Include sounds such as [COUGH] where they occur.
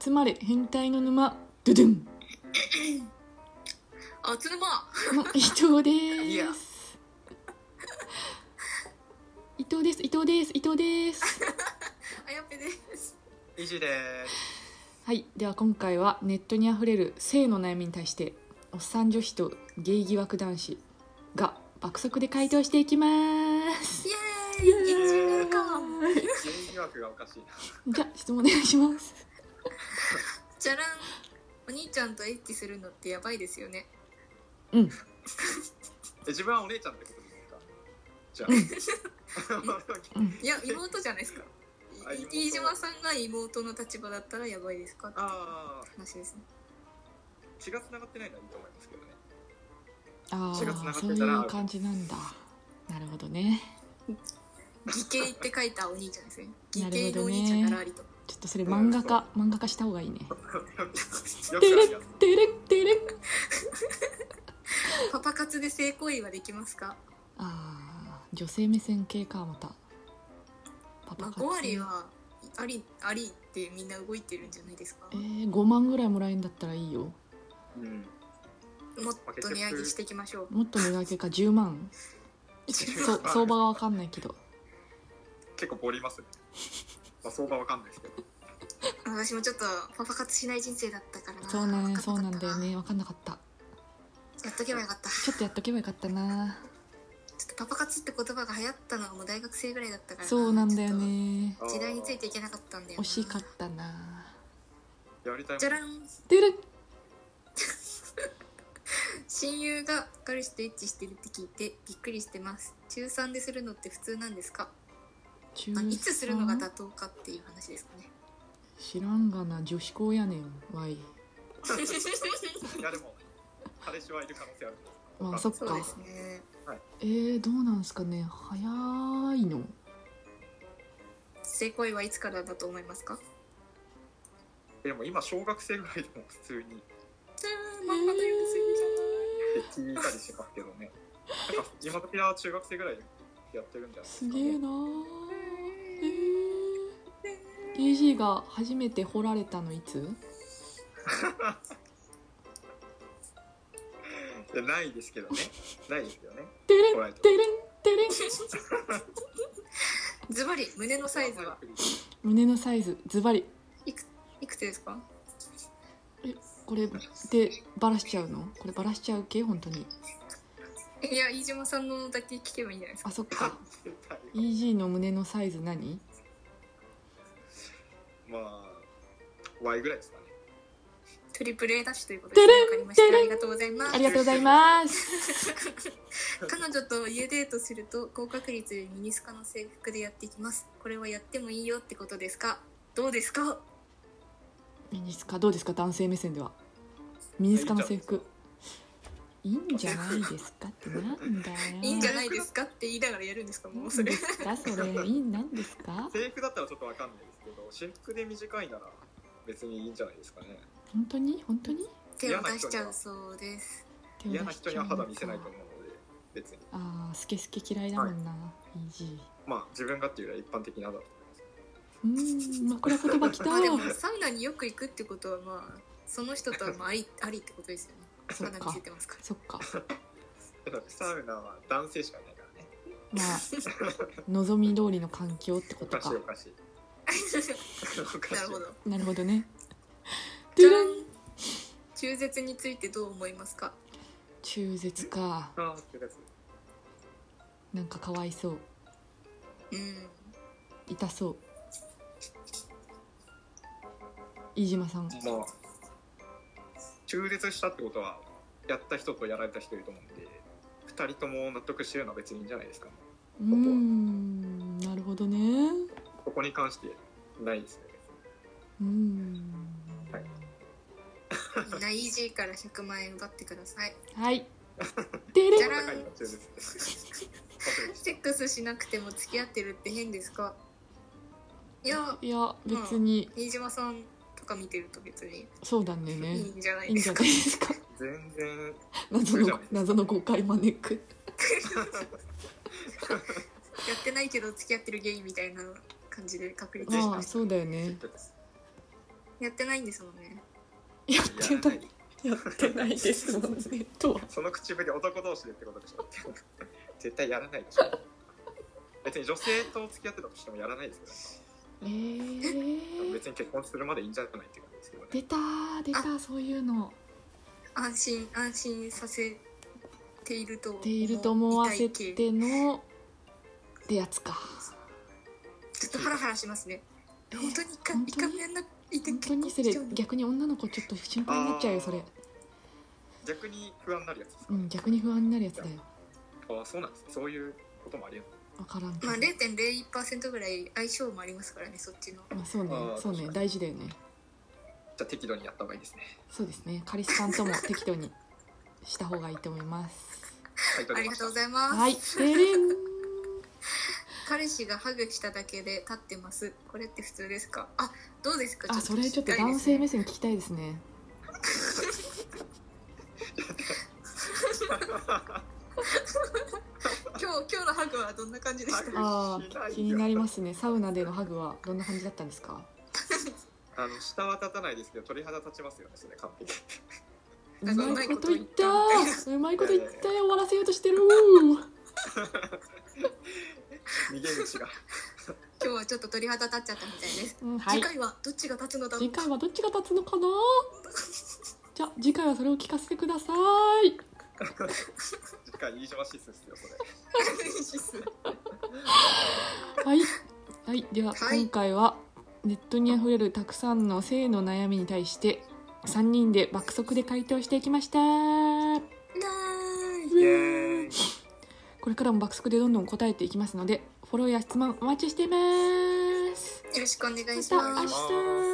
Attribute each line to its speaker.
Speaker 1: 集まれ変態の沼ドゥドゥ
Speaker 2: [LAUGHS]
Speaker 1: ン
Speaker 3: あつぬま
Speaker 1: の伊藤で
Speaker 3: いや
Speaker 1: す伊藤です伊藤です伊藤です
Speaker 3: あやっぺです
Speaker 2: イジュです。
Speaker 1: はいでは今回はネットにあふれる性の悩みに対しておっさん女子とゲイ疑惑男子が爆速で回答していきます
Speaker 3: イエーイ一年間
Speaker 2: ゲイ疑惑がおかしいな。
Speaker 1: じゃあ質問お願いします
Speaker 3: じゃらんお兄ちゃんとエッチするのってやばいですよね
Speaker 1: うん
Speaker 2: え、自分はお姉ちゃんってことですか。じゃあ。
Speaker 3: いや妹じゃないですか
Speaker 2: [LAUGHS] あ
Speaker 3: い
Speaker 2: 妹
Speaker 3: 飯島さんが妹の立場だったらやばいですかって
Speaker 2: [LAUGHS] ああ、
Speaker 3: 話ですね
Speaker 2: 血が繋がってないのはいいと思います
Speaker 3: [LAUGHS]
Speaker 2: けどね。
Speaker 1: あ
Speaker 2: 血が繋
Speaker 1: あ
Speaker 2: がっ
Speaker 1: そ
Speaker 2: て
Speaker 1: うい
Speaker 2: たら
Speaker 1: う感じなんだなるほどね
Speaker 3: 義兄って書いたお兄ちゃ
Speaker 1: [LAUGHS]
Speaker 3: んですね
Speaker 1: な
Speaker 3: 義
Speaker 1: るほど
Speaker 3: 兄のお
Speaker 1: ね
Speaker 3: 兄ちゃんならありと
Speaker 1: ちょっとそれ漫画化漫画化した方がいいね
Speaker 2: よくあるや
Speaker 1: てれんてれん
Speaker 3: パパ活で性行為はできますか、
Speaker 1: あー女性目線系かまたパ
Speaker 3: まあ、
Speaker 1: 活
Speaker 3: 5割はありありってみんな動いてるんじゃないですか
Speaker 1: えー、5万ぐらいもらえんだったらいいよ
Speaker 2: つ。うん。
Speaker 3: もっと値上げしていきましょう
Speaker 1: もっと値上げか10万
Speaker 3: [LAUGHS]
Speaker 1: そ相場は分かんないけど
Speaker 2: 結構ボリますね。まあ、相場わかんないですけど。
Speaker 3: 私もちょっとパパ活しない人生だったからな
Speaker 1: そうね
Speaker 3: 分か
Speaker 1: そ
Speaker 3: ん
Speaker 1: う
Speaker 3: か
Speaker 1: な
Speaker 3: った
Speaker 1: んだよね分かんなかった
Speaker 3: やっとけばよかった
Speaker 1: ちょっとやっとけばよかったな
Speaker 3: ちょっとパパ活って言葉が流行ったのはもう大学生ぐらいだったから
Speaker 1: そうなんだよね
Speaker 3: ちょっと時代についていけなかったんだよな
Speaker 1: 惜しかったな
Speaker 2: やりたい
Speaker 3: じゃ
Speaker 2: もん。
Speaker 3: らん
Speaker 1: てれん
Speaker 3: 親友が彼氏とエッチしてるって聞いてびっくりしてます中3でするのって普通なんですか、
Speaker 1: 中
Speaker 3: まあ、
Speaker 1: 3
Speaker 3: いつするのが妥当かっていう話ですかね
Speaker 1: 知らんがな女子校やねんわい
Speaker 2: [LAUGHS] いや、でも。彼氏はいる可能性ある。
Speaker 1: まあそっ
Speaker 3: そう
Speaker 1: か
Speaker 3: ですね
Speaker 1: えー、どうなんすかね早いの
Speaker 3: 性行為はいつからだと思いますか
Speaker 2: えでも、今小学生ぐらいでも普通に。
Speaker 3: う
Speaker 1: 漫画の読みすぎじゃ
Speaker 2: って聞いたりしますけどね。なんか今時は中学生ぐらいでやってるんじゃないです
Speaker 1: す
Speaker 2: か、ね。
Speaker 1: げえなーえー、DG が初めて掘られたのいつ
Speaker 2: いやないですけどね。ないです
Speaker 3: [LAUGHS]
Speaker 2: けどね。
Speaker 1: てれん
Speaker 2: 来ないと
Speaker 1: てれんてれん
Speaker 3: ズバリ胸のサイズは
Speaker 1: 胸のサイズズバリ
Speaker 3: いくいくつですか
Speaker 1: これでバラしちゃうのこれバラしちゃう系本当に
Speaker 3: いや飯島さんのだけ聞けばいいんじゃないですか
Speaker 1: あそっか
Speaker 2: 絶対
Speaker 1: EG の胸のサイズ何
Speaker 2: まあ Y ぐらいですかね。
Speaker 3: トリプル A ダッシュということですねわかりましたありがとうございます
Speaker 1: ありがとうございます
Speaker 3: [LAUGHS] 彼女と家デートすると高確率でミニスカの制服でやっていきますこれはやってもいいよってことですかどうですか
Speaker 1: ミニスカどうですか男性目線ではミニスカの制服いいんじゃないですかってなんだよ
Speaker 3: いいんじゃないですかって言いながらやるんですかもうそ
Speaker 1: 何
Speaker 3: れ
Speaker 1: ですかそれいいなんですか
Speaker 2: 制服だったらちょっとわかんないですけど、私服で短いなら別にいいんじゃないですかね。
Speaker 1: 本当に本当に
Speaker 3: 手を出しちゃうそうです
Speaker 1: 手を出
Speaker 2: 嫌な
Speaker 1: し
Speaker 2: 人
Speaker 1: ち
Speaker 2: に
Speaker 1: ゃ
Speaker 2: は
Speaker 1: うのか
Speaker 2: 肌見せないと思うので、別に
Speaker 1: ああスケスケ嫌いだもんな、EG
Speaker 2: まあ自分がっていうよりは一般的なだと思います。
Speaker 1: うーん枕言葉きた
Speaker 3: まあでもサウナによく行くってことはまあその人とはまあありありってことですよねサ
Speaker 1: [LAUGHS] そ
Speaker 3: ウ
Speaker 1: っ
Speaker 3: ナに
Speaker 1: か
Speaker 3: ついてま
Speaker 1: [LAUGHS]
Speaker 3: すから
Speaker 1: そっか
Speaker 2: ただサウナは男性しかいないからね。
Speaker 1: まあ望み通りの環境ってこ
Speaker 2: お
Speaker 1: と
Speaker 2: かし
Speaker 1: か
Speaker 2: いおかしい。おかしい。
Speaker 3: なるほど
Speaker 1: なるほどね
Speaker 3: じゃん中絶についてどう思いますか
Speaker 1: 中絶か
Speaker 2: あーってやつ
Speaker 1: なんかかわいそう [LAUGHS]
Speaker 3: うん
Speaker 1: 痛そう飯島さん
Speaker 2: まあ中絶したってことはやった人とやられた人いると思うんで、二人とも納得してるのは別にいいんじゃないですか、ね。
Speaker 1: うーんなるほどね
Speaker 2: ここに関してないですね。
Speaker 1: うーん
Speaker 2: はい
Speaker 3: みんな EG から100万円奪ってください [LAUGHS]
Speaker 1: はいて
Speaker 3: じ
Speaker 1: れ
Speaker 3: ゃ
Speaker 1: ん
Speaker 3: らん
Speaker 2: 高いのは中絶です。
Speaker 3: [LAUGHS] セックスしなくても付き合ってるって変ですかいや
Speaker 1: いや別に
Speaker 3: 飯島さんとか見てると別に
Speaker 1: そうだね
Speaker 3: い
Speaker 1: ね
Speaker 3: いんじゃない
Speaker 1: いいんじ
Speaker 3: です
Speaker 1: ゃ
Speaker 3: か
Speaker 1: ないですか
Speaker 2: 全然
Speaker 1: 謎の謎の誤解招く
Speaker 3: やってないけど付き合ってるゲイみたいな感じで確立し
Speaker 1: ま
Speaker 3: ま
Speaker 1: あ
Speaker 3: し
Speaker 1: そうだよね
Speaker 2: 積極です
Speaker 3: やってないんですもんね
Speaker 1: やっ
Speaker 2: や
Speaker 1: て
Speaker 2: ら
Speaker 1: な
Speaker 2: ないい
Speaker 1: やってないですもんねとは
Speaker 2: その口ぶり男同士でってことでしょ絶対やらないでしょ別に女性と付き合ってたとしてもやらないです
Speaker 1: え
Speaker 2: よね
Speaker 1: ー、
Speaker 2: 別に結婚するまでいいんじゃないって感じですけど
Speaker 1: 出
Speaker 2: ね
Speaker 1: たー出たーそういうの
Speaker 3: 安心安心させていると
Speaker 1: でいると思わせ
Speaker 3: 痛い系
Speaker 1: てのってやつか
Speaker 3: ちょっとハラハラしますね
Speaker 1: え
Speaker 3: 本当に一回
Speaker 1: 本
Speaker 3: 一
Speaker 1: 当
Speaker 3: 回
Speaker 1: に
Speaker 3: もやんなく一回
Speaker 1: 本当にそれ逆に女の子ちょっと心配になっちゃうよそれ、
Speaker 2: 逆に不安になるやつですか、
Speaker 1: うん、逆に不安になるやつだよ
Speaker 2: ああそうなんですそういうこともありえ
Speaker 1: 分
Speaker 2: な
Speaker 1: からんけど
Speaker 3: まあ0.01%ぐらい相性もありますからねそっちの
Speaker 1: まあそうね
Speaker 2: あー
Speaker 1: そうね
Speaker 2: 確かに
Speaker 1: 大事だよね
Speaker 2: いじゃあ適度にやった方がいいですね
Speaker 1: そうですね彼氏さんとも適当にした方がいいと思います
Speaker 2: はい取
Speaker 3: あ
Speaker 2: れ
Speaker 3: り
Speaker 2: ま
Speaker 3: が
Speaker 2: し
Speaker 3: と
Speaker 2: た
Speaker 3: うございます、
Speaker 1: はいでれん
Speaker 3: 彼氏がハグしただけで立ってますこれって普通ですかあどうですか
Speaker 1: あそれちょっと
Speaker 3: 聞きたいで
Speaker 1: 男
Speaker 3: す
Speaker 1: 性
Speaker 3: ね
Speaker 1: 目線聞きたいですね
Speaker 3: 今日今日のハグはどんな感じでした
Speaker 1: あ
Speaker 2: ハしな
Speaker 1: あ
Speaker 2: いよ
Speaker 1: 気になりますねサウナでのハグはどんな感じだったんですか
Speaker 2: あの下は立たないですけど鳥肌立ちますよねそれ完璧
Speaker 1: う
Speaker 3: なんか
Speaker 1: まいこと言った
Speaker 3: うまいこと言
Speaker 1: うまいこと言ったよ終わらせようとしてる
Speaker 2: 逃げ道が
Speaker 3: 今日はちょっと鳥肌立っちゃったみたいです、
Speaker 1: うんはい
Speaker 3: 次回はどっちが立つのだろ
Speaker 1: 次
Speaker 3: うか [LAUGHS]
Speaker 1: 回はどっちが立つのかなじゃあ次回はそれを聞かせてください
Speaker 2: 次回飯島シスですよそれ
Speaker 1: [LAUGHS] はい、はい、では
Speaker 3: はい
Speaker 1: 今回はネットにあふれるたくさんの性の悩みに対して3人で爆速で回答していきました
Speaker 3: なーい
Speaker 2: イエーイ
Speaker 1: これからも爆速でどんどん答えていきますのでフォローや質問お待ちしています
Speaker 3: よろしくお願いし
Speaker 1: ま
Speaker 3: ま
Speaker 1: た明
Speaker 3: す
Speaker 1: 日